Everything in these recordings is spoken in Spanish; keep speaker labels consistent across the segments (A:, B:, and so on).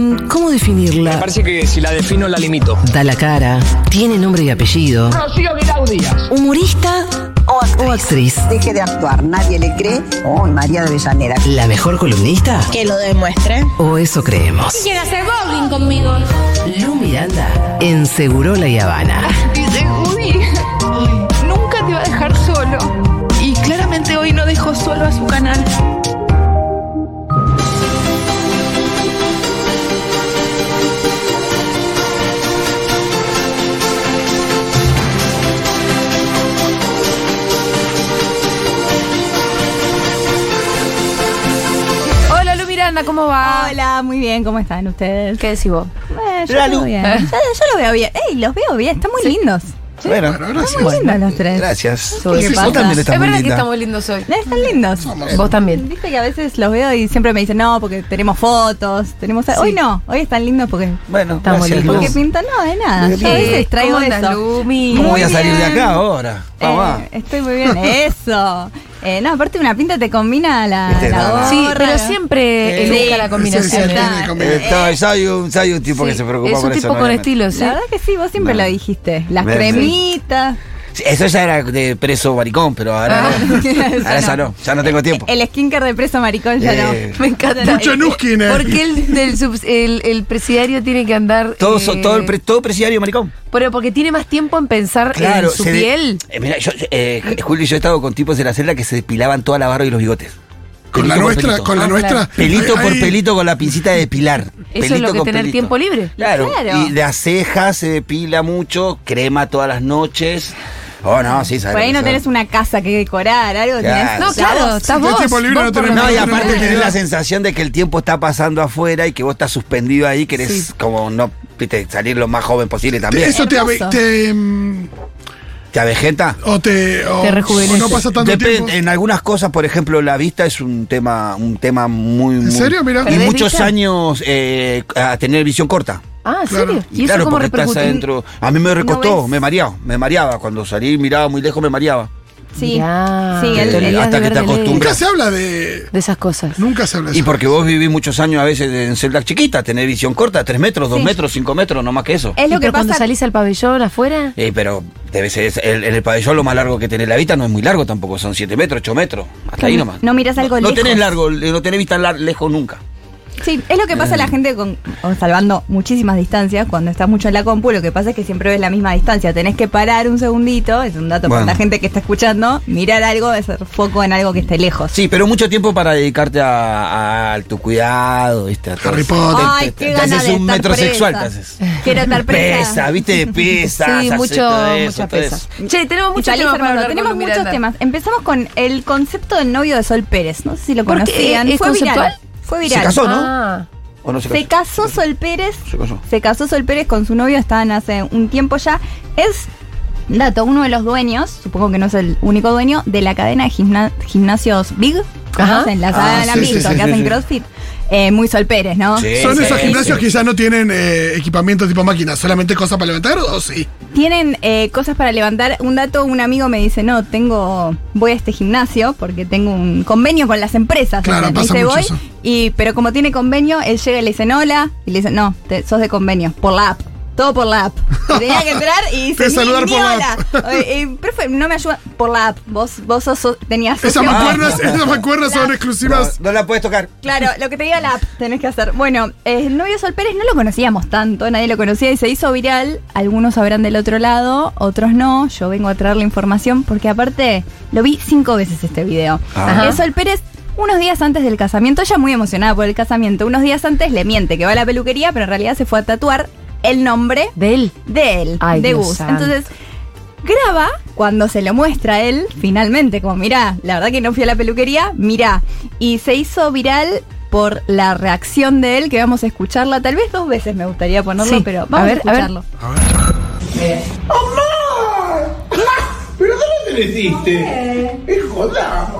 A: Mm, ¿Cómo
B: Me
A: definirla?
B: parece que si la defino la limito.
A: Da la cara, tiene nombre y apellido.
B: Rocío Guirao Díaz.
A: Humorista o actriz.
C: Deje de actuar, nadie le cree. Hoy María de Avellaneda.
A: ¿La mejor columnista?
D: Que lo demuestre.
A: ¿O eso creemos?
E: Quiere hacer bowling conmigo.
A: Lu Miranda en Segurola y Habana.
F: Dice, "Uy, nunca te va a dejar solo. Y claramente hoy no dejó solo a su canal.
G: Hola Lu Miranda, ¿cómo va?
D: Hola, muy bien, ¿cómo están ustedes?
G: ¿Qué decís vos?
D: Eh, yo, lo veo bien. Yo- yo lo veo bien. Ey, los veo bien, están muy lindos.
H: Bueno,
D: Están muy
H: gracias.
D: lindos los tres.
H: Gracias.
D: ¿Qué les pasa?
H: Vos también
G: Es
H: estás muy
G: verdad que
H: linda.
G: estamos lindos hoy.
D: Eh, Están lindos.
G: Vos también.
D: Viste que a veces los veo y siempre me dicen, no, porque tenemos fotos, tenemos... Hoy no, hoy están lindos porque...
H: Bueno,
A: Estamos
H: gracias.
A: lindos.
D: Porque
H: Luz.
D: pintan, no, de nada. Yo a veces traigo
G: ¿Cómo andas,
D: eso.
G: Lumi?
H: ¿Cómo
D: Muy
H: voy a salir de
D: bien.
H: acá ahora?
D: Eh,
H: Mamá.
D: estoy muy bien. Eso. Eh, no, aparte una pinta te combina la,
H: Viste,
D: la
H: no, no.
D: gorra.
G: Sí, pero siempre
D: Eh,
G: el busca
D: sí.
G: la combinación.
D: Sí,
G: ¿eh?
D: sí, sí.
H: Eh, está- Soy un, soy un tipo que
G: Sí,
H: se preocupa
G: es un
H: por eso.
G: tipo con
H: obviamente.
G: estilo, ¿sí?
D: La verdad que sí, vos siempre
H: Bueno.
D: lo dijiste. Las
H: Ven, ven.
D: cremitas.
H: Sí, Eso ya era de preso maricón, pero ahora,
D: Ah,
H: no.
D: eso
H: ahora ya
D: no.
H: no, ya no tengo tiempo.
D: El skinker de preso maricón ya
H: Eh,
D: no. Me encanta.
I: Mucho Nuskine.
G: este, Porque el, del subs- el, el presidiario tiene que andar.
H: Todo, so-
G: eh,
H: todo, el pre- todo presidiario maricón.
G: Pero porque tiene más tiempo en pensar en su
H: se de-
G: piel.
H: Eh, mirá, yo, eh, Julio y yo he estado con tipos de la celda que se depilaban toda la barba y los bigotes.
I: Con la
H: Pelito por
I: nuestra,
H: pelito.
I: con la
G: Ah,
I: nuestra.
H: Pelito
I: Ay,
H: por
I: ay,
H: pelito con la pincita de depilar.
G: es
H: Pelito
G: lo que
H: con
G: tener tiempo libre.
H: Claro.
D: Claro.
H: Y las cejas se depila mucho, crema todas las noches. Oh, no, sí, sabes.
D: Por ahí no tenés una casa que decorar, algo
H: Claro.
D: tenés.
G: No,
H: Sí.
G: claro,
I: Si
G: estás
I: tenés
G: vos.
I: tiempo libre,
G: vos
I: no
G: por lo
I: tenés
H: No,
G: menos.
H: y
I: no
H: aparte
I: tenés
H: tenés
I: idea.
H: la sensación de que el tiempo está pasando afuera y que vos estás suspendido ahí, querés
G: Sí.
H: como no viste, salir lo más joven posible
I: te-
H: también.
I: Eso te, ave-
D: Hermoso.
I: te, mm,
H: ¿Te avejenta?
I: o te o,
G: Te rejuvenece.
I: o no pasa tanto
H: Depende,
I: tiempo.
H: en algunas cosas, por ejemplo, la vista es un tema, un tema muy, muy-
I: serio? Mirá.
H: y
G: ¿Perdés
H: muchos
G: vista?
H: años eh, a tener visión corta.
G: Ah, ¿en
I: Claro.
G: serio? ¿Y,
H: Y,
G: eso
H: claro,
G: cómo
H: porque estás
G: repercute?
H: adentro. A mí me recostó,
D: ves.
H: me mareaba, me mareaba. Cuando salí, miraba muy lejos, me mareaba.
D: Sí.
G: Mirá,
D: Sí,
G: te
D: el- el-
G: olvidás
H: hasta
G: de
H: que
G: ver
H: te
G: de ley.
H: acostumbras.
I: Nunca se habla de
G: De esas cosas.
I: nunca se habla de
H: Y
I: eso.
H: porque vos vivís muchos años a veces en celdas chiquitas, tenés visión corta, 3 metros, 2
D: Sí. Eh.
H: metros, 5 metros, no más que eso.
D: Es
G: Y
D: lo que
G: pero cuando
D: pasa.
G: salís al pabellón afuera.
H: Eh, pero debe ser, es- el, el pabellón lo más largo que tenés la vista no es muy largo tampoco, son 7 metros, 8 metros. Hasta ahí nomás.
D: No mirás algo
H: no,
D: lejos.
H: tenés largo, eh, no tenés vista lar- lejos nunca.
D: Sí, es lo que
H: Eh.
D: pasa a la gente con, o salvando muchísimas distancias. Cuando estás mucho en la compu, lo que pasa es que siempre ves la misma distancia. Tenés que parar un segundito, es un dato
H: Bueno.
D: para la gente que está escuchando, mirar algo, hacer foco en algo que esté lejos.
H: Sí, pero mucho tiempo para dedicarte a, a tu cuidado, ¿viste? A todo
I: Harry
H: eso.
I: Potter.
D: Ay,
H: Te- te-
D: qué
H: te
D: ganas
H: haces
D: de
H: un
D: estar
H: metrosexual,
D: presa.
H: te haces.
D: Quiero estar presa.
H: Pesa, ¿viste? Pesa.
G: sí,
H: haces
G: mucho,
H: todo eso,
G: mucha
H: todo
G: pesa.
H: eso.
G: Che, tenemos
D: Y
G: muchos
D: salís,
G: temas para
D: hermano.
G: hablar con
D: Tenemos
G: Lu
D: muchos
G: Miranda.
D: temas. Empezamos con el concepto del novio de Sol Pérez. No sé si lo
G: ¿Por qué?
D: conocían.
G: ¿Es
D: Fue viral.
G: conceptual?
D: Fue viral.
H: Se casó, ¿no?
G: Ah,
H: ¿O no se
D: Se
H: casó?
D: casó Sol Pérez.
H: Se casó.
D: Se casó Sol Pérez con su novio, estaban hace un tiempo ya. Es, dato, uno de los dueños, supongo que no es el único dueño, de la cadena de gimna- gimnasios Big.
G: Ajá.
D: ¿Conocen? La saga
H: Ah,
D: del
I: sí,
D: ámbito,
I: sí, sí,
D: que
I: sí,
D: hacen
H: sí.
D: CrossFit. Eh, muy Sol Pérez, ¿no?
H: Sí,
I: Son
H: sí,
I: esos
H: sí,
I: gimnasios
H: sí.
I: que ya no tienen eh, equipamiento tipo máquina, solamente cosas para levantar o sí.
D: Tienen eh, cosas para levantar. Un dato, un amigo me dice, no, tengo, voy a este gimnasio porque tengo un convenio con las empresas.
I: Claro,
D: ¿entendés?
I: pasa
D: Dice,
I: mucho
D: voy,
I: eso.
D: y, pero como tiene convenio, él llega y le dicen hola, y le dicen, no, te- sos de convenio, por la app. Todo por la app. Y tenía que entrar y dice,
I: Te
D: ni,
I: saludar
D: ni
I: por la
D: hola.
I: app.
D: Oye, eh, profe, no me ayuda. Por la app. Vos, vos sos, sos- tenías
I: Esas
G: Ah,
D: socio-
I: mancuernas, esas mancuernas son
H: No,
I: exclusivas.
H: no la puedes tocar.
D: Claro, lo que te diga la app tenés que hacer. Bueno, eh, el novio Sol Pérez no lo conocíamos tanto, nadie lo conocía y se hizo viral. Algunos sabrán del otro lado, otros no. Yo vengo a traer la información porque aparte lo vi cinco veces este video.
H: Ah.
D: Eh, Sol Pérez, unos días antes del casamiento, ella muy emocionada por el casamiento, unos días antes le miente que va a la peluquería, pero en realidad se fue a tatuar el nombre
G: de él.
D: de él,
G: Ay,
D: de
G: Dios
D: Gus.
G: santo.
D: Entonces, graba cuando se lo muestra a él, finalmente, como mirá, la verdad que no fui a la peluquería, mirá. Y se hizo viral por la reacción de él, que vamos a escucharla. Tal vez dos veces me gustaría ponerlo,
G: Sí,
D: pero
G: a
D: vamos a,
G: ver, a ver.
D: escucharlo.
J: ¿Pero dónde lo hiciste? ¡Es joda!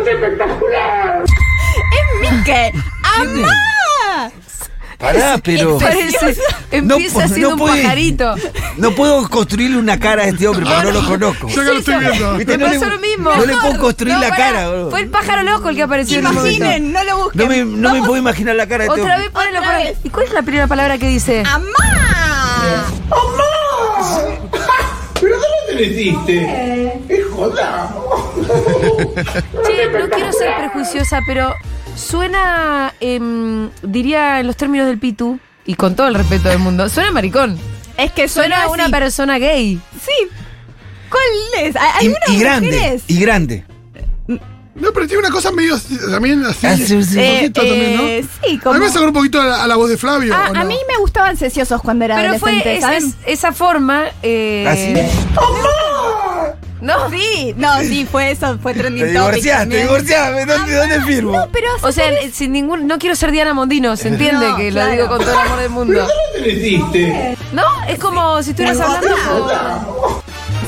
J: ¡Es espectacular!
D: ¡Es Miquel! ¡Amá!
H: Pará, pero.
G: Parece- empieza
H: po-
G: siendo un
H: pues, puede-
G: pajarito.
H: No puedo construirle una cara a este hombre porque no lo conozco.
I: Yo acá lo estoy viendo.
H: ¿Viste?
G: Me
H: No le-
G: pasó lo mismo.
H: No le puedo construir
G: No,
H: la
G: pará,
H: cara, boludo.
G: Fue el pájaro loco el que apareció en un momento.
D: Imaginen, no lo
H: No
D: busquen.
H: me, no me puedo imaginar la cara de este
G: Otra
H: hombre.
G: vez ponelo
D: Otra
G: por ahí.
D: vez.
G: ¿Y cuál es la primera palabra que dice?
D: Ah. ¡Amá!
J: ¿Pero dónde lo hiciste? Es joda.
G: Che, no quiero ser prejuiciosa, pero suena, em, diría en los términos del Pitu, y con todo el respeto del mundo, suena maricón.
D: Es que
G: Suena a una
D: así.
G: persona gay.
D: Sí. ¿Cuál es? ¿Hay
H: Y,
D: unas
H: y grande.
D: mujeres? Eh,
H: Y grande.
I: No, pero tiene una cosa medio así, también así.
H: Ah, sí, sí.
I: un poquito también, ¿no?
D: eh, sí,
I: A
D: como...
I: mí me sacó un poquito a la, a la voz de Flavio.
D: Ah,
I: ¿o no?
D: a mí me gustaban sesiosos cuando era
G: Pero
D: adolescente,
G: fue esa,
D: ¿saben?
G: esa forma. eh,
H: Así.
G: No,
D: Sí, no, sí, fue eso, fue trending
H: Te
D: topic
H: divorciaste, te
D: también.
H: divorciaste. ¿Dónde, dónde firmo?
D: No, pero
G: o sea, eh, sin ningún. No quiero ser Diana Mondino, se entiende
D: No,
G: que
D: claro.
G: lo digo con todo el amor del mundo.
J: ¿Dónde lo hiciste?
G: No, es como si estuvieras hablando. con-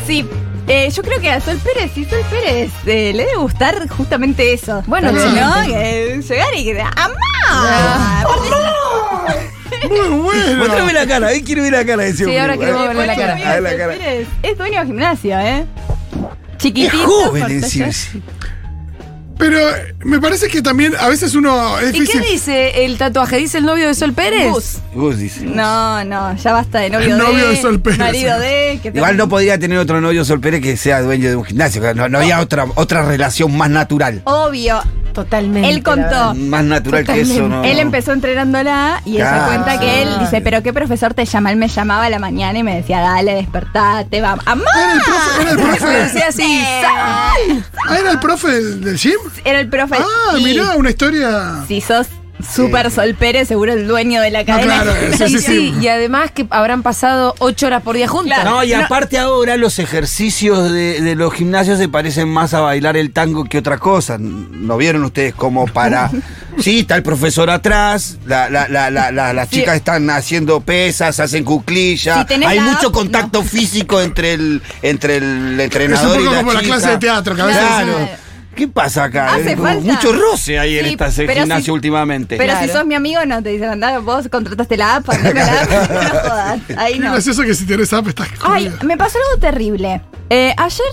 D: sí, eh, yo creo que a Sol Pérez, y Sol Pérez eh, le debe gustar justamente eso.
G: Bueno,
D: Porque,
I: sí.
D: ¿no? Que llegar y que ¡Amá! Aparte,
I: Muy bueno.
H: Mostrame la cara, ahí quiero ver la cara de ese
G: Sí,
H: hombre,
G: ahora
H: eh.
G: queremos verle la
D: tu
G: cara.
D: amigo
H: A ver la
D: Sol
H: cara.
D: Pérez Es dueño de gimnasio, ¿eh?
H: Es
D: Chiquitito.
H: joven
D: corto,
H: encima.
D: ya-
I: Pero eh, me parece que también a veces uno es
G: ¿Y qué
I: difícil.
G: dice el tatuaje? ¿Dice el novio de Sol Pérez?
D: Gus.
H: Gus dice.
D: No, no, ya basta de novio
I: El
D: de.
I: novio de Sol Pérez.
D: Marido de. Que te-
H: Igual no podía tener otro novio Sol Pérez que sea dueño de un gimnasio. No, no había otra, otra relación más natural.
D: Obvio.
G: Totalmente.
D: Él contó.
H: Más natural que eso, ¿no?
D: Oh, Él empezó entrenándola y ella
H: Claro.
D: cuenta que él dice, pero qué profesor te llama. Él me llamaba a la mañana y me decía, dale, despertate, vamos. ¡Amá!
I: Era el profe, era el
G: Me
I: profe,
G: decía así.
I: ah, era el profe del, del gym.
D: Era el profe.
I: Ah,
D: Y
I: mirá, una historia.
D: Si sos súper Sol Pérez, seguro el dueño de la cadena.
I: claro,
D: de
I: eso sí,
G: Sí,
D: gimnasio.
G: sí, y además que habrán pasado ocho horas por día juntas.
H: No, y aparte ahora los ejercicios de, de los gimnasios se parecen más a bailar el tango que otra cosa. ¿No vieron ustedes como para... Sí, está el profesor atrás, la- la- la- la- la- las
D: Sí.
H: chicas están haciendo pesas, hacen cuclillas,
D: Si tenés
H: hay
D: la
H: mucho
D: app,
H: contacto físico entre el, entre el
I: Es
H: entrenador
I: un
H: y
I: poco
H: la
I: como la
H: chica.
I: clase de teatro, que a veces.
H: Claro. ¿Qué pasa acá?
D: Hace
H: Es como
D: falta.
H: Mucho roce ahí en
D: Sí,
H: esta
D: pero
H: gimnasio
D: si-
H: últimamente.
D: Pero si
G: Claro.
D: sos mi amigo, no te dicen, andá, vos contrataste la app, andá con la app, no jodas. Ahí
I: Qué
D: no.
I: gracioso que si tenés app estás.
D: Ay,
I: jodida.
D: me pasó algo terrible. Eh, ayer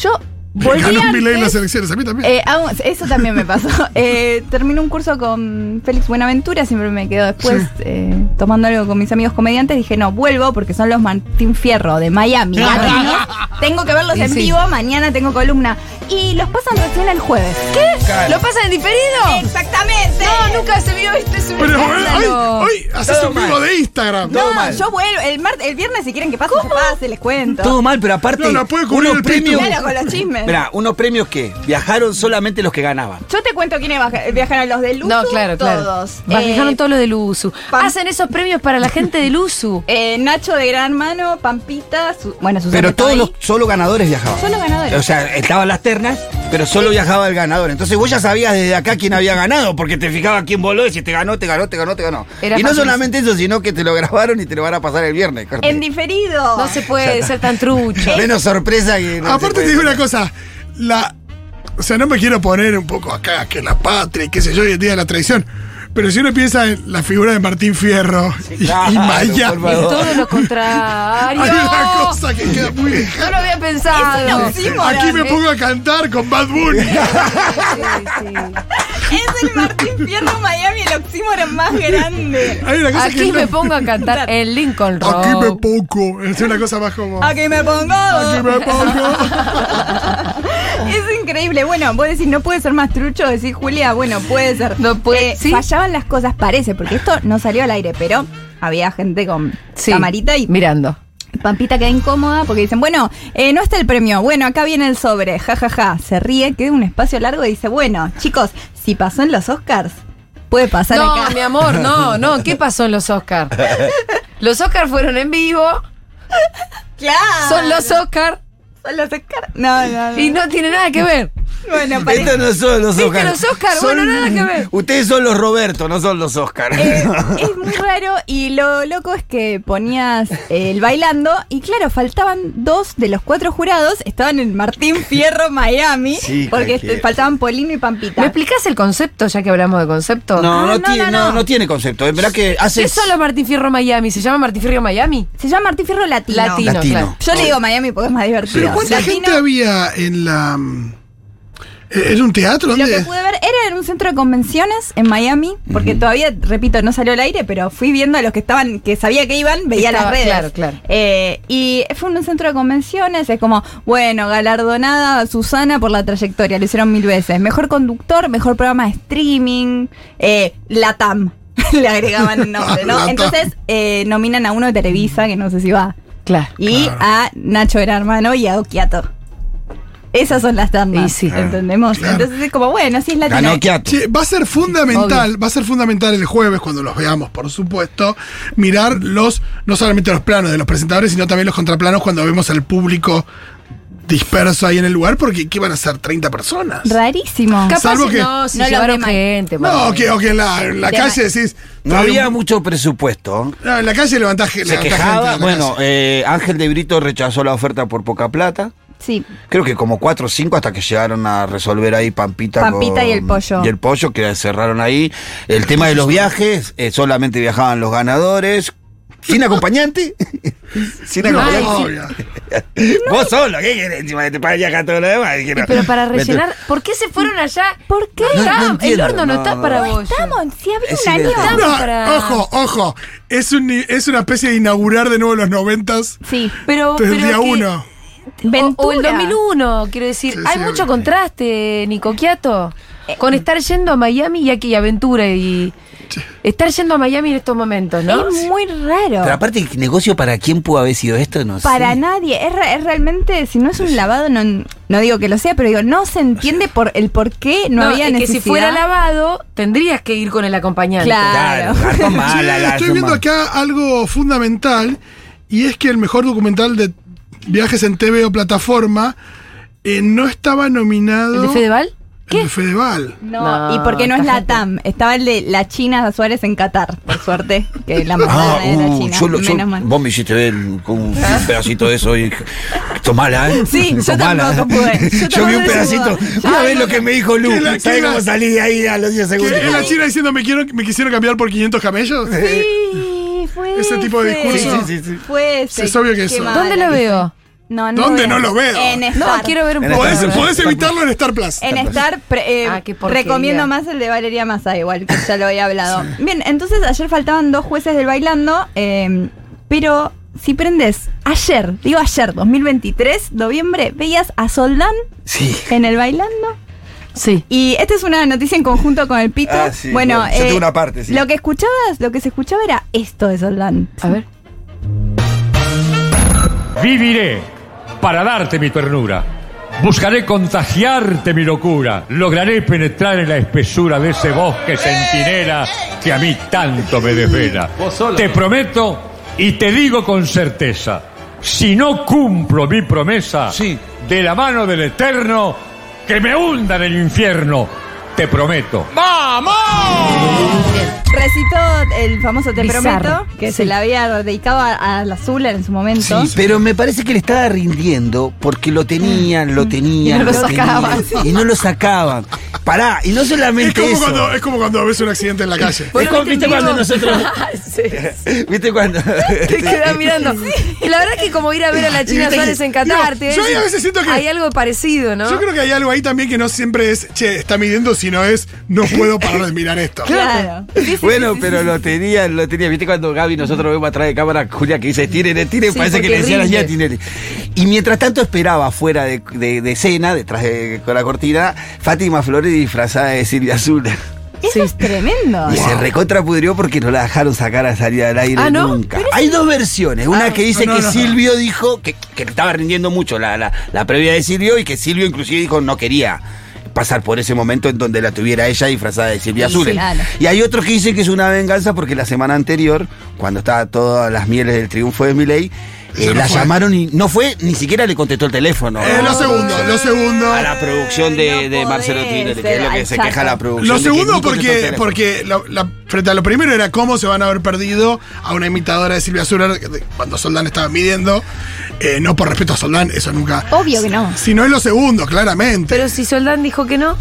D: yo volví
I: Ganó
D: antes-
I: Milei las elecciones, a mí también.
D: Eh, aún- eso también me pasó. Eh, terminé un curso con Félix Buenaventura, siempre me quedo después eh, tomando algo con mis amigos comediantes. Dije, no, vuelvo porque son los Martín Fierro de Miami. latinos. tengo que verlos
G: Y
D: en
G: sí.
D: vivo, mañana tengo columna. Y los pasan recién el jueves. ¿Qué?
G: ¿Lo pasan en diferido?
D: Exactamente.
G: No, nunca se vio este es un
I: Pero bueno,
G: escándalo.
I: hoy, hoy haces
H: Todo
I: un vivo
H: mal.
I: de Instagram.
H: Todo mal.
D: yo vuelvo. El, mar- el viernes, si quieren que pase, se pase, les cuento.
H: Todo mal, pero aparte
I: No, no puede cubrir
H: unos
I: el pito.
H: premios...
D: Claro, con los chismes.
H: Mirá, unos premios que viajaron solamente los que ganaban.
D: Yo te cuento quiénes baja- viajaron los del Luzu,
G: No, claro, claro.
D: todos.
G: Va- Fijaron
D: Eh,
G: todo lo del Usu.
D: Pam-
G: Hacen esos premios para la gente del Usu.
D: eh, Nacho de Gran Mano, Pampita, su- bueno, Susana
H: Pero
D: estaba
H: todos los,
D: ahí.
H: solo ganadores viajaban.
D: Solo ganadores.
H: O sea, estaban las ternas, pero solo viajaba el ganador. Entonces vos ya sabías desde acá quién había ganado, porque te fijabas quién voló y si te ganó, te ganó, te ganó, te ganó.
G: Era
H: y no
G: fácil.
H: solamente eso, sino que te lo grabaron y te lo van a pasar el viernes. Corte.
D: En diferido.
G: No se puede ser tan trucho.
H: Menos sorpresa que. no se
I: Aparte
H: puede.
I: te digo una cosa, la o sea, no me quiero poner un poco acá que la patria y qué sé yo, y el día de la traición. Pero si uno piensa en la figura de Martín Fierro y,
H: claro,
I: y Maya,
H: por
G: Es
H: favor.
I: hay
G: todo lo contrario.
I: una cosa que queda muy
G: No
I: lejana.
G: lo había pensado.
D: Es un oxímoron,
I: Aquí me
D: ¿eh?
I: pongo a cantar con Bad Bunny.
D: Es el Martín Fierro Miami, el oxímoron más grande.
I: Hay una cosa
G: Aquí
I: que
G: me
I: no-
G: pongo a cantar el Lincoln Rock.
I: Aquí me pongo. Es una cosa más como. Aquí
D: Aquí me pongo.
I: me pongo.
D: Es increíble. Bueno, vos decís, no puede ser más trucho. Decís, Julia, bueno, puede ser. Eh,
G: No puede- sí.
D: Fallaban las cosas, parece, porque esto no salió al aire, pero había gente con
G: Sí,
D: camarita y
G: Mirando.
D: Pampita queda incómoda porque dicen, bueno, eh, no está el premio, bueno, acá viene el sobre, jajaja, se ríe, queda un espacio largo y dice, bueno, chicos, si pasó en los Oscars, puede pasar
G: No,
D: acá.
G: mi amor, no, no. ¿Qué pasó en los Oscars? Los Oscars fueron en vivo.
D: Claro.
G: Son los Oscars.
D: Son los Oscars. No, no, no.
G: Y no tiene nada que ver.
D: Bueno, parece-
H: Estos no son los
G: ¿Viste
H: Oscar.
G: los Oscar? Bueno, nada que ver.
H: Ustedes son los Roberto, no son los Oscar.
D: Eh, es muy raro y lo loco es que ponías eh, el bailando y claro, faltaban dos de los cuatro jurados, estaban en Martín Fierro, Miami,
H: Sí,
D: porque
H: cualquiera.
D: este, faltaban Polino y Pampita.
G: ¿Me explicás el concepto, ya que hablamos de concepto?
H: no, no,
D: no, no,
H: tiene, no,
D: no.
H: no tiene concepto. Es verdad que hace.
G: ¿Qué son los Martín Fierro Miami? ¿Se llama Martín Fierro Miami?
D: Se llama Martín Fierro Latino.
G: Latino,
H: Latino.
G: claro.
D: Yo le digo Miami porque es más divertido.
I: Pero ¿cuánta
D: Latino,
I: gente había en la. mm, eh, ¿Era un teatro?
D: Lo
I: ¿Dónde?
D: que pude ver era en un centro de convenciones en Miami, porque todavía, repito, no salió al aire, pero fui viendo a los que estaban, que sabía que iban, veía las
G: Estaba,
D: redes.
G: claro, claro.
D: Eh, y fue un centro de convenciones, es como, bueno, galardonada Susana por la trayectoria, lo hicieron mil veces. Mejor conductor, mejor programa de streaming, eh, Latam, le agregaban el nombre, ¿no?
I: Latam.
D: Entonces eh, nominan a uno de Televisa, que no sé si va,
G: Claro.
D: y a Nacho era hermano y a Occhiato. Esas son las tandas,
G: Y sí.
D: ¿entendemos?
I: Claro.
D: Entonces es como, bueno, sí es latino.
H: Ganó Quiato.
I: Che, va a ser fundamental, va a ser fundamental el jueves, cuando los veamos, por supuesto, mirar los, no solamente los planos de los presentadores, sino también los contraplanos cuando vemos al público disperso ahí en el lugar, porque ¿qué van a ser? ¿30 personas?
D: Rarísimo.
G: Capaz
I: Salvo que-
G: no, si
D: Ah, No lo
G: llevaron
D: ve mal.
G: gente.
I: no,
G: bueno.
I: que, o que en la, en la
D: Tema-
I: calle decís.
H: No había mucho presupuesto.
I: No, en la calle levantás
H: Se
I: levantás gente
H: quejaba.
I: de la
H: Bueno,
I: calle.
H: eh, Ángel de Brito rechazó la oferta por poca plata.
D: Sí.
H: Creo que como cuatro o cinco hasta que llegaron a resolver ahí Pampita.
D: Pampita y el pollo.
H: Y el pollo que cerraron ahí. El tema de los viajes, eh, solamente viajaban los ganadores. Sin acompañante. eh, Sin
I: No,
H: acompañante.
I: obvio.
H: Vos solo, ¿qué querés? Encima que te pague acá todo lo demás. Y que no.
G: Pero para
H: Vete.
G: rellenar, ¿por qué se fueron allá?
D: ¿Por qué?
G: No
H: No,
G: está-
H: no
G: el
H: entiendo,
G: horno no,
H: no,
G: está
H: no.
G: para
H: No
G: vos.
D: Estamos, si había
H: Es
D: un año.
H: inevitable.
I: No,
G: para-
I: ojo, ojo. Es, un, ni- es una especie de inaugurar de nuevo los noventas
D: Sí.
G: Pero,
I: desde el
G: Oh, pero
I: día
G: que-
I: uno.
G: O, o el
D: Ventura.
G: 2001, quiero decir.
I: Sí,
G: Hay
I: sí,
G: mucho
I: obvio.
G: contraste, Nico Quiato, con estar yendo a Miami y aquí, aventura y. Estar yendo a Miami en estos momentos, ¿no?
D: Es muy
H: Pero
D: raro.
H: aparte, ¿negocio para quién pudo haber sido esto? No sé.
D: Para nadie. Es, re- es realmente, si no es un lavado, no, no digo que lo sea, pero digo, no se entiende por el por qué no, había
G: es que
D: necesidad.
G: si fuera lavado, tendrías que ir con el acompañante.
D: Claro.
H: Claro, arma mala,
I: Che,
H: Ah, la
I: estoy
H: arma.
I: viendo acá algo fundamental y es que el mejor documental de viajes en TV o plataforma eh, no estaba nominado.
G: ¿El de Fedeval?
I: el
G: ¿Qué?
I: de Fedeval.
D: No,
G: No,
D: y porque no es
G: esta
D: la
G: gente.
D: TAM. Estaba el de la China Suárez en Qatar, por suerte, que la
H: Ah,
D: mamá de la
H: uh,
D: China.
H: yo lo- yo-
D: menos mal.
H: vos me hiciste ver con un pedacito de eso y sos mala, ¿eh?
D: Sí, yo
H: Sos mala.
D: tampoco pude. Yo
H: Yo,
D: tampoco
H: vi un
D: pude.
H: pedacito.
D: Yo
H: Una
D: no
H: vez lo
D: pude.
H: que me dijo Lu,
I: Que la-
H: ¿sabes
I: que la-
H: cómo salí de ahí a los 10
I: Que
H: segundos?
I: es la China diciendo me, quiero, me quisieron cambiar por 500 camellos.
D: Sí, fue
I: Ese tipo de
D: ese.
I: discurso.
H: Sí, sí, sí, sí.
D: Fue ese.
I: Es obvio que
D: Qué
I: eso.
D: mala
G: ¿Dónde lo
D: que-
G: veo?
D: No,
I: ¿Dónde
D: veo.
I: no lo veo?
D: En
G: No,
D: Star.
G: quiero ver un
H: En
G: poco.
I: Podés,
H: Star.
I: podés evitarlo en Star Plus.
D: En Star pre- eh,
G: Ah, qué porquería.
D: recomiendo más el de Valeria Massa, igual que ya lo había hablado. Bien, entonces ayer faltaban dos jueces del bailando, eh, pero si prendes ayer, digo ayer, 2023, noviembre, veías a Soldán
H: Sí.
D: en el bailando.
G: Sí.
D: Y esta es una noticia en conjunto con el Pito.
H: Ah, sí,
D: bueno, eh,
H: bueno, yo tengo una parte, sí.
D: Lo que escuchabas, lo que se escuchaba era esto de Soldán.
G: A ver.
E: Viviré para darte mi ternura. Buscaré contagiarte mi locura. Lograré penetrar en la espesura de ese bosque centinela que a mí tanto me desvela. Te prometo y te digo con certeza, si no cumplo mi promesa,
H: Sí.
E: de la mano del Eterno, que me hunda en el infierno, te prometo.
D: Recitó el famoso Te
G: Bizarro,
D: Prometo, que
G: sí.
D: se la había dedicado a, a la Zula en su momento.
H: Pero me parece que le estaba rindiendo porque lo tenían, lo tenían,
G: Y no lo
H: tenían,
G: sacaban.
H: y no lo sacaban. Pará, y no
I: Es
H: solamente
I: como,
H: eso.
I: cuando, es como cuando ves un accidente en la calle.
H: Es como, ¿viste cuando nosotros?
G: sí.
H: ¿Viste cuando?
G: Te queda mirando. Y la verdad que como ir a ver a la China
H: viste que-
G: Suárez en Qatar.
I: Digo,
G: te
I: yo
G: ves-
I: a veces siento que-
G: Hay algo parecido, ¿no?
I: Yo creo que hay algo ahí también que no siempre es, che, está midiendo, sino es, no puedo parar de mirar esto.
D: Claro.
H: Bueno, pero lo tenían, lo tenían. ¿Viste cuando Gaby nosotros vemos atrás de cámara a Julia que dice tiren, tiren?
G: Sí,
H: parece que
G: porque
H: le decían
G: rinde.
H: a Tinelli. Y mientras tanto esperaba fuera de, de- de escena, detrás de con la cortina, Fátima Flores disfrazada de Silvia Azul.
D: Eso es tremendo.
H: Y se recontra pudrió porque no la dejaron sacar a salir al aire
G: Ah, ¿no?
H: nunca. Hay dos versiones. Una
D: Ah.
H: que dice
I: No, no,
H: que
I: no.
H: Silvio dijo que, que le estaba rindiendo mucho la, la, la previa de Silvio y que Silvio inclusive dijo no quería pasar por ese momento en donde la tuviera ella disfrazada de Silvia
D: Y
H: Azul.
D: sí, claro.
H: Y hay otros que dicen que es una venganza porque la semana anterior, cuando estaba todas las mieles del triunfo de Milei,
I: Ella
H: Eh,
I: no
H: la
I: fue.
H: llamaron y no fue, ni siquiera le contestó el teléfono.
I: Eh, lo segundo, lo segundo.
H: A la producción de,
D: No
H: de Marcelo
D: podés,
H: Tinelli, que es lo que se
D: Alchaza.
H: queja la producción.
I: Lo
H: de que
I: segundo
H: ni contestó el
I: porque,
H: teléfono.
I: porque la- la- frente a lo primero era cómo se van a haber perdido a una imitadora de Silvia Zuller que- de- cuando Soldán estaba midiendo. Eh, no por respeto a Soldán, eso nunca.
D: Obvio que no.
I: Si no es lo segundo, claramente.
G: Pero si Soldán dijo que no,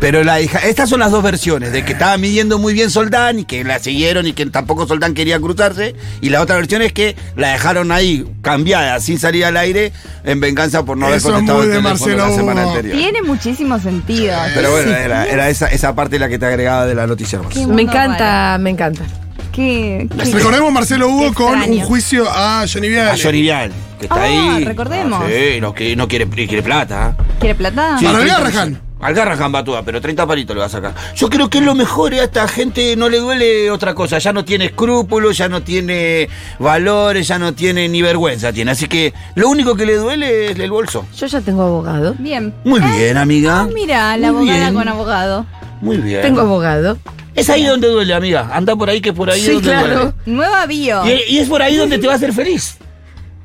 H: Pero la hija, estas son las dos versiones, de que estaba midiendo muy bien Soldán y que la siguieron y que tampoco Soldán quería cruzarse. Y la otra versión es que la dejaron ahí, cambiada, sin salir al aire, en venganza por no haber
I: Eso es
H: contestado
I: muy
H: el
I: de
H: teléfono
I: Marcelo
H: la semana
I: Hugo.
H: anterior.
D: Tiene muchísimo sentido.
H: Pero bueno,
D: Sí.
H: era, era esa, esa parte la que te agregaba de la noticia. hermosa.
D: Qué
G: me
D: mundo
G: encanta, me encanta.
D: Qué- qué-
I: Recordemos a Marcelo Hugo
D: Qué
I: con un
D: extraño.
I: juicio a Johnny Viale.
H: A Johnny Vial, que está
D: Ah,
H: ahí.
D: recordemos.
H: Ah, sí, no, que no quiere, quiere plata. ¿eh?
D: ¿Quiere
G: Ah.
D: plata?
H: Sí,
I: Para
H: 30
I: Garrahan.
H: Al Garrahan va toda, pero 30 palitos le va a sacar. Yo creo que es lo mejor, ¿eh? a esta gente no le duele otra cosa. Ya no tiene escrúpulos, ya no tiene valores, ya no tiene ni vergüenza. tiene Así que lo único que le duele es el bolso.
G: Yo ya tengo abogado.
D: Bien.
H: Muy
G: Eh,
H: bien, amiga.
D: Ah, mira, la
H: Muy
D: abogada
H: bien.
D: con abogado.
H: Muy bien.
G: Tengo abogado.
H: Es ahí donde duele, amiga. Anda por ahí que por ahí
G: Sí,
H: es donde
G: claro.
H: duele.
D: Nueva bio.
H: Y, y es por ahí donde te va a hacer feliz.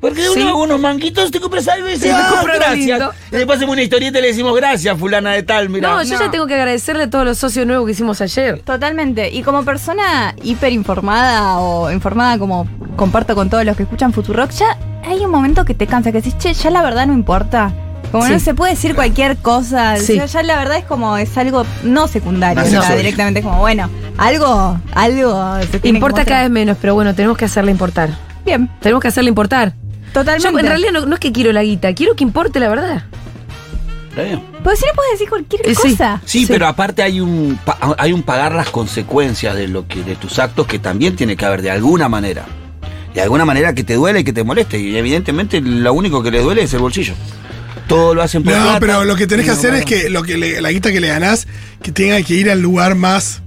H: Porque de
G: Sí.
H: uno a unos manguitos te compras algo y dices,
G: Te
H: ah,
G: compras
H: gracias.
G: lindo.
H: Y le pasemos una historieta y le decimos, gracias, fulana de tal, mira.
G: No, yo ya tengo que agradecerle a todos los socios nuevos que hicimos ayer.
D: Totalmente. Y como persona hiperinformada o informada como comparto con todos los que escuchan Futurock, ya hay un momento que te cansa, que decís, che, ya la verdad no importa. Como
G: Sí.
D: no se puede decir cualquier cosa.
G: Sí.
D: Ya, ya la verdad es como, es algo no secundario.
H: No,
D: ya
H: sexual.
D: directamente es como, bueno, algo, algo. se tiene
G: Importa
D: que
G: cada vez
D: mostrar.
G: menos, pero bueno, tenemos que hacerle importar.
D: Bien,
G: Tenemos que hacerle importar.
D: totalmente.
G: Yo en realidad no, no es que quiero la guita, quiero que importe la verdad.
H: Está bien.
D: Pero si no puedes decir cualquier
G: Eh, sí.
D: cosa.
H: Sí,
G: Sí.
H: pero aparte hay un pa- hay un pagar las consecuencias de lo que de tus actos que también tiene que haber de alguna manera. De alguna manera que te duele y que te moleste. Y evidentemente lo único que les duele es el bolsillo. Todo lo hacen por
I: No,
H: plata.
I: pero lo que tenés que
H: No,
I: hacer es
H: bueno.
I: que, lo que le- la guita que le ganás, que tenga que ir al lugar más.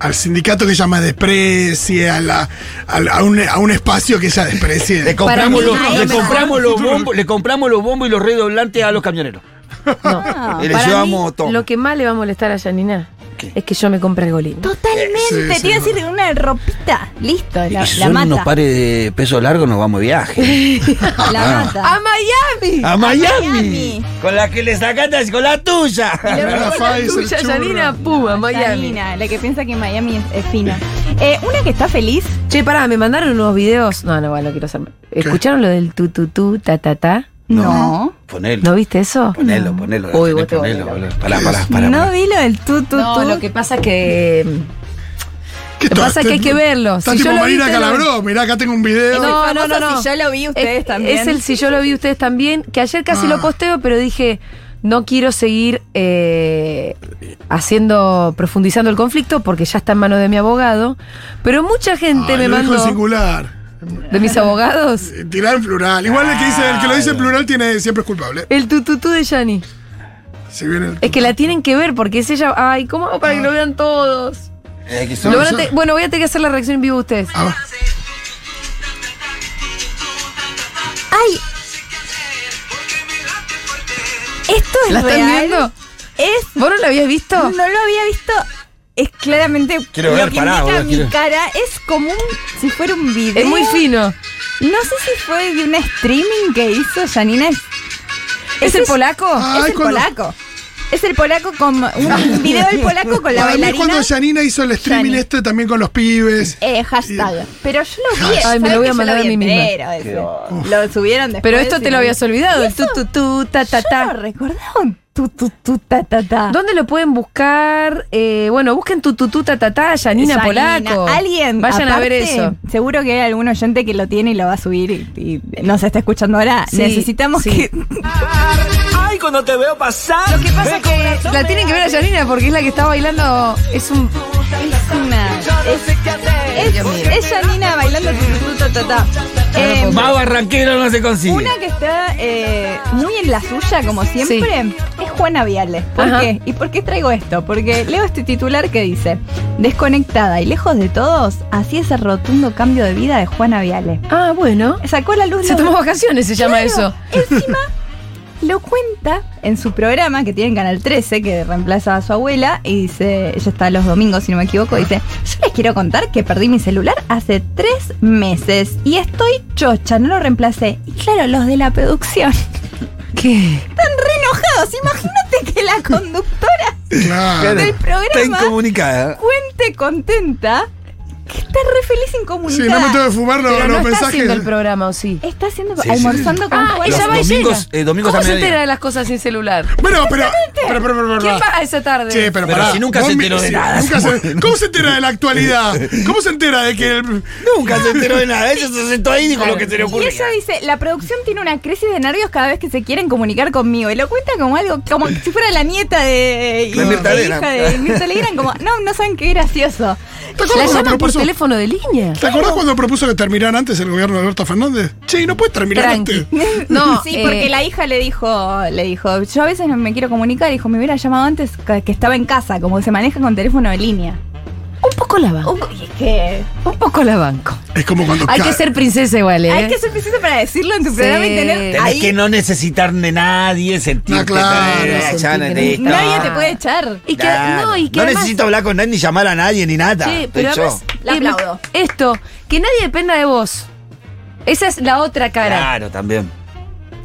I: Al sindicato que ella más desprecie, a, la, al- a un, a un espacio que ella desprecie.
H: Le compramos,
G: Para mí,
H: los,
G: ahí
H: le,
G: me-
H: compramos los bombos, le compramos los bombos y los redoblantes a los camioneros.
G: No.
D: Ah,
H: Y les
G: Para
H: llevamos
G: mí,
H: todo.
G: lo que más le va a molestar a Janina
H: ¿Qué?
G: es que yo me compre algo lindo.
D: Totalmente.
I: Sí,
D: te
I: sí,
D: iba a
I: no.
D: decir una ropita. Listo,
H: Y
D: la,
H: si
D: la
H: son
D: mata.
H: unos pares de pesos largos, nos vamos de viaje.
D: La mata.
G: ¡A Miami!
H: ¡A
D: Miami.
H: Miami! Con la que le sacaste, con la tuya.
I: La
G: La
I: Faiz, el
G: tuya,
I: churro.
G: Janina, pum, a Miami.
D: Salina, la que piensa que Miami es, es fina. Eh, una que está feliz,
G: Che, pará, me mandaron unos videos. No, no, bueno, quiero hacerme. ¿Escucharon lo del tu tu tu ta ta ta?
D: no.
H: Ponelo.
G: Oh, ¿No viste eso?
H: Ponelo, ponelo.
G: Uy, vos te
H: ponelo,
G: volvés
H: ponelo. Pará, pará, pará.
D: no
H: pará.
D: vi lo del tú, tú,
G: No,
D: tú.
G: lo que pasa es que. mm,
I: ¿Qué
G: Lo que
I: tal?
G: pasa es que hay que verlo.
I: Está
G: Si
I: tipo
G: yo lo vi,
I: Marina
G: te lo-
I: Calabró, mirá, acá tengo un video.
G: No,
D: El famoso
G: no, no, no.
D: Si yo lo vi, ustedes
G: es,
D: también.
G: Es el si yo lo vi, ustedes también. Que ayer casi
I: Ah.
G: lo posteo, pero dije, no quiero seguir eh, haciendo, profundizando el conflicto porque ya está en manos de mi abogado. Pero mucha gente
I: Ay,
G: me
I: Ah, lo dijo en
G: mandó.
I: singular.
G: De mis abogados.
I: Eh, Tirar en plural. Igual el que, dice, el que lo dice en plural tiene, siempre es culpable.
G: El tututú de Yanni.
I: Si bien el-
G: Es que la tienen que ver porque es ella. Ay, ¿cómo hago para que lo vean todos?
H: Eh, que son-
G: Lo van a te- bueno, voy a tener que hacer la reacción en vivo ustedes.
I: Ah, va.
D: ¡Ay! ¿Esto es
G: ¿La están
D: real?
G: viendo?
D: Es...
G: ¿Vos no lo habías visto?
D: No lo había visto. Es claramente
H: Quiero
D: lo
H: ver,
D: que
H: pará,
D: indica
H: boludo,
D: mi
H: quiero-
D: cara. Es como un- si fuera un video.
G: Es muy fino.
D: No sé si fue de un streaming que hizo Janina. Es,
G: ¿Es
D: Ese
G: el
D: es-
G: polaco?
I: Ah,
D: es
I: Ay,
D: el
I: cuando-
D: polaco. Es el polaco con un video del polaco con la
I: Para mí
D: bailarina.
I: cuando Janina hizo el streaming
D: Yani.
I: este también con los pibes.
D: Eh, hashtag. Pero yo lo vi.
I: Ay,
D: ¿sabes
G: me lo voy
D: que
G: a
D: yo
G: mandar
D: vi
G: a mí misma.
D: entero ese? Lo subieron después.
G: Pero esto te lo habías olvidado. El
D: tú, tú,
G: tututú, ta, ta,
D: Yo no
G: ta.
D: recordaba un tu, tu, tu, ta, ta, ta.
G: ¿Dónde lo pueden buscar? Eh, bueno, busquen tututú, ta, ta, ta, Yanina
D: Janina,
G: Polaco.
D: Alguien.
G: Vayan a ver
D: aparte,
G: eso.
D: Seguro que hay algún oyente que lo tiene y lo va a subir y, y nos está escuchando ahora.
G: Sí,
D: Necesitamos
G: sí.
D: que.
B: Ay, cuando te veo pasar.
G: Lo que pasa es que la tienen que ver a Yanina porque es la que está bailando. Es un.
D: Es una- Es,
G: Dios mío.
D: es, es Janina bailando tu, tu, tu, ta, ta, ta. Eh,
H: Más barranquero no se consigue.
D: Una que está eh, muy en la suya, como siempre, es Juana Viale. ¿Por
G: Ajá.
D: qué? ¿Y por qué traigo esto? Porque leo este titular que dice: Desconectada y lejos de todos, así es el rotundo cambio de vida de Juana Viale.
G: Ah, bueno.
D: Sacó la luz
G: Se
D: los-
G: tomó vacaciones, se llama
D: Claro,
G: eso.
D: Encima, Lo cuenta en su programa que tiene en Canal 13, que reemplaza a su abuela, y dice, ella está los domingos, si no me equivoco, dice, yo les quiero contar que perdí mi celular hace tres meses y estoy chocha, no lo reemplacé. Y claro, los de la producción están
G: ¿Qué?
D: re enojados. Imagínate que la conductora
I: Claro.
D: del
H: Está
D: programa
H: incomunicada.
D: cuente contenta que está re feliz
I: Si
D: incomunicada.
I: no me tengo que fumar, no,
G: Pero no,
I: no
G: está
I: pensás que.
G: haciendo el programa, ¿o sí?
D: Está haciendo,
H: Sí, sí.
D: almorzando con
G: Ah,
D: tu
G: ella
H: Los
G: va y
H: domingos-
G: llega.
H: eh, domingos
G: ¿Cómo
H: a
G: se
H: mediodía?
G: entera de las cosas sin celular?
I: Bueno, pero. Pero, pero,
G: ¿Quién
I: pero, pero.
G: paga esa tarde?
I: Sí, pero,
H: Pero
I: pará.
H: si nunca
I: Vos
H: se
I: mi-
H: enteró de
I: si
H: nada,
I: nunca se-
H: bueno.
I: ¿Cómo se entera de la actualidad? ¿Cómo se entera de que el-
H: Nunca se enteró de nada. Ella se sentó ahí y dijo lo que se le
D: Y
H: ocurrió.
D: ella dice, la producción tiene una crisis de nervios cada vez que se quieren comunicar conmigo. Y lo cuenta como algo, como si fuera la nieta de... y-
H: La
D: e
H: nieta de
D: hija
H: Legrand.
D: de Mirta Legrand, como, no, no saben qué gracioso.
I: ¿Te
G: La
I: acuerdas cuando
G: llaman por
I: propuso?
G: teléfono de línea.
I: ¿Te acordás cuando propuso que terminaran antes el gobierno de Alberto Fernández? Che, ¿y no puedes terminar
G: Tranqui.
I: antes.
G: No,
D: sí,
G: eh,
D: porque la hija le dijo, le dijo, yo a veces no me quiero comunicar, dijo, me hubiera llamado antes que que estaba en casa, como se maneja con teléfono de línea.
G: Un poco la banco.
D: Un, y es que
G: eh, Un poco la banco.
I: Es como cuando.
G: Hay
I: ca-
G: que ser princesa igual, ¿eh?
D: hay que ser preciso para decirlo en tu
G: Sí.
D: programa y tener
G: Tenés
H: Tenés
D: ahí,
H: que no necesitar de nadie, sentirte.
I: No, Ah, claro,
H: eh,
G: sentirte
H: ya no
G: que
H: necesito.
D: nadie te puede echar.
G: Y que,
H: Claro.
G: no, y que
H: No
G: además-
H: necesito hablar con nadie ni llamar a nadie ni nada.
G: Che,
H: Estoy
G: pero
H: yo.
G: además,
D: La
G: eh,
D: aplaudo.
G: Esto, que nadie dependa de vos. Esa es la otra cara.
H: Claro, también.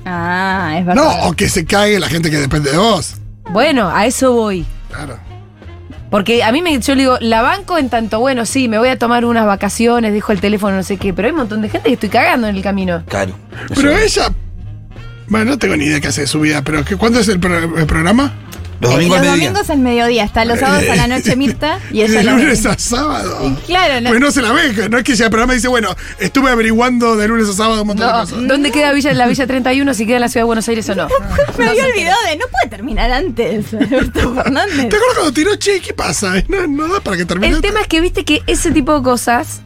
D: Ah, es verdad.
I: No, o que se caiga la gente que depende de vos.
G: Bueno, a eso voy.
I: Claro.
G: Porque a mí me, yo le digo, la banco en tanto, bueno, sí, me voy a tomar unas vacaciones, dejo el teléfono, no sé qué, pero hay un montón de gente que estoy cagando en el camino.
H: Claro.
I: Pero ella. Bueno, no tengo ni idea qué hace de su vida, pero ¿qué- ¿cuándo es el, pro- el programa?
H: Los
D: Eh,
H: domingos al
D: los
H: mediodía.
D: domingos al mediodía, está los sábados a la noche Mirta y ella
I: de
D: lo
I: lunes
D: ve.
I: a sábado.
D: Claro, no.
I: Pues no se la ve, no es que sea el programa y dice, bueno, estuve averiguando de lunes a sábado un montón de
G: No,
I: cosas.
G: ¿Dónde queda Villa, la Villa 31? Si queda en la ciudad de Buenos Aires o no.
D: Me había olvidado de no puede terminar antes, Alberto Fernández.
I: ¿Te acuerdas cuando tiró, che, qué pasa? Eh, No, no da para que termine.
G: El tema es que viste que ese tipo de cosas,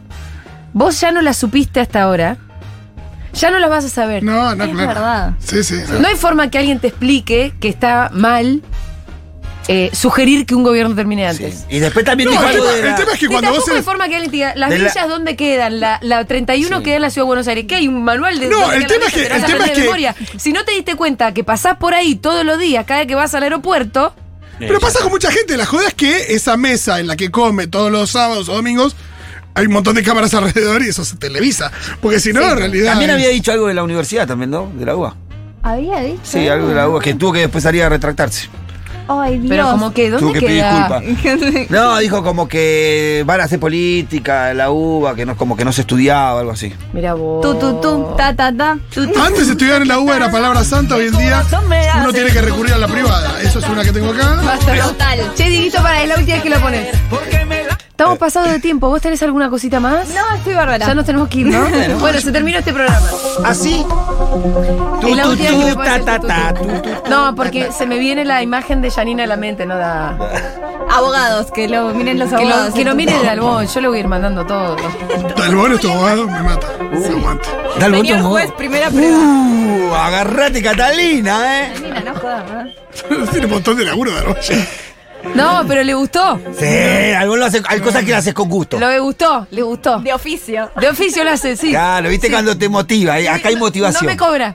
G: vos ya no las supiste hasta ahora, ya no las vas a saber. No,
I: No, no,
D: Es
I: claro.
D: verdad.
I: Sí, sí.
G: hay forma que alguien te explique que está mal eh, sugerir que un gobierno termine
H: Sí.
G: antes.
H: Y después también
I: No,
H: dijo
I: el,
H: algo
I: tema,
H: de la-
I: el tema es que
G: Y
I: cuando
G: tampoco
I: vos...
G: hay
I: eres-
G: forma que alguien te diga, las
H: de la-
G: villas dónde quedan, la, la 31
H: Sí.
G: queda en la ciudad de Buenos Aires, que hay un manual de...
I: No,
G: dónde
I: el
G: queda la
I: tema es
G: villa,
I: que-
G: te lo vas
I: el
G: a
I: tema
G: aprender
I: es que-
G: de memoria. Si no te diste cuenta que pasás por ahí todos los días, cada vez que vas al aeropuerto,
I: Pero pasa con mucha gente, la joda es que esa mesa en la que come todos los sábados o domingos, hay un montón de cámaras alrededor y eso se televisa. Porque si no, en realidad...
H: También
I: es-
H: había dicho algo de la universidad también, ¿no? De la UBA.
D: Había dicho.
H: Sí, algo de la UBA, que tuvo que después salir a retractarse.
D: Ay, Dios.
G: pero como que,
H: Tuvo
G: ¿dónde
H: que pedir
G: queda?
H: disculpas. No, dijo como que van a hacer política, la UBA, que no, como que no se estudiaba, algo así.
G: Mira vos.
D: Tu, tu, tu, ta, ta, ta. tu, tu.
I: Antes estudiar en la UBA era palabra santa, hoy en día Ah, uno tiene que recurrir a la privada. Eso es una que tengo acá.
G: Total. Che, Dieguito, para, es la última vez que lo pones.
H: Eh.
G: Estamos pasados de tiempo. ¿Vos tenés alguna cosita más?
D: No, estoy bárbara.
G: Ya nos tenemos que ir, ¿no? bueno, se terminó este programa.
H: ¿Así?
G: Es la última que me pones
H: ta, ta,
G: el tu,
H: ta,
G: tu,
H: tu,
G: tu. No, porque se me viene la imagen de Janina en la mente, no da.
D: Abogados, que lo miren los
G: Que
D: abogados.
G: lo, que lo mire el albón, yo le voy a ir mandando todo.
I: Talbón es tu abogado, me mata.
H: Uh.
I: No aguanto.
H: Dale
D: Señor
H: voto,
D: juez,
H: vos.
D: primera prueba.
H: Uh, agarrate Catalina, ¿eh?
D: Mira, no jodas, ¿verdad?
I: Tiene un montón de laburo, Dalbón.
G: No, pero le gustó.
H: Sí, algo lo hace- hay cosas que las haces con gusto.
G: Lo le gustó, le gustó.
D: De oficio.
G: De oficio lo hace, sí.
H: Claro, viste cuando te motiva, ¿eh? acá hay motivación.
G: No me cobra.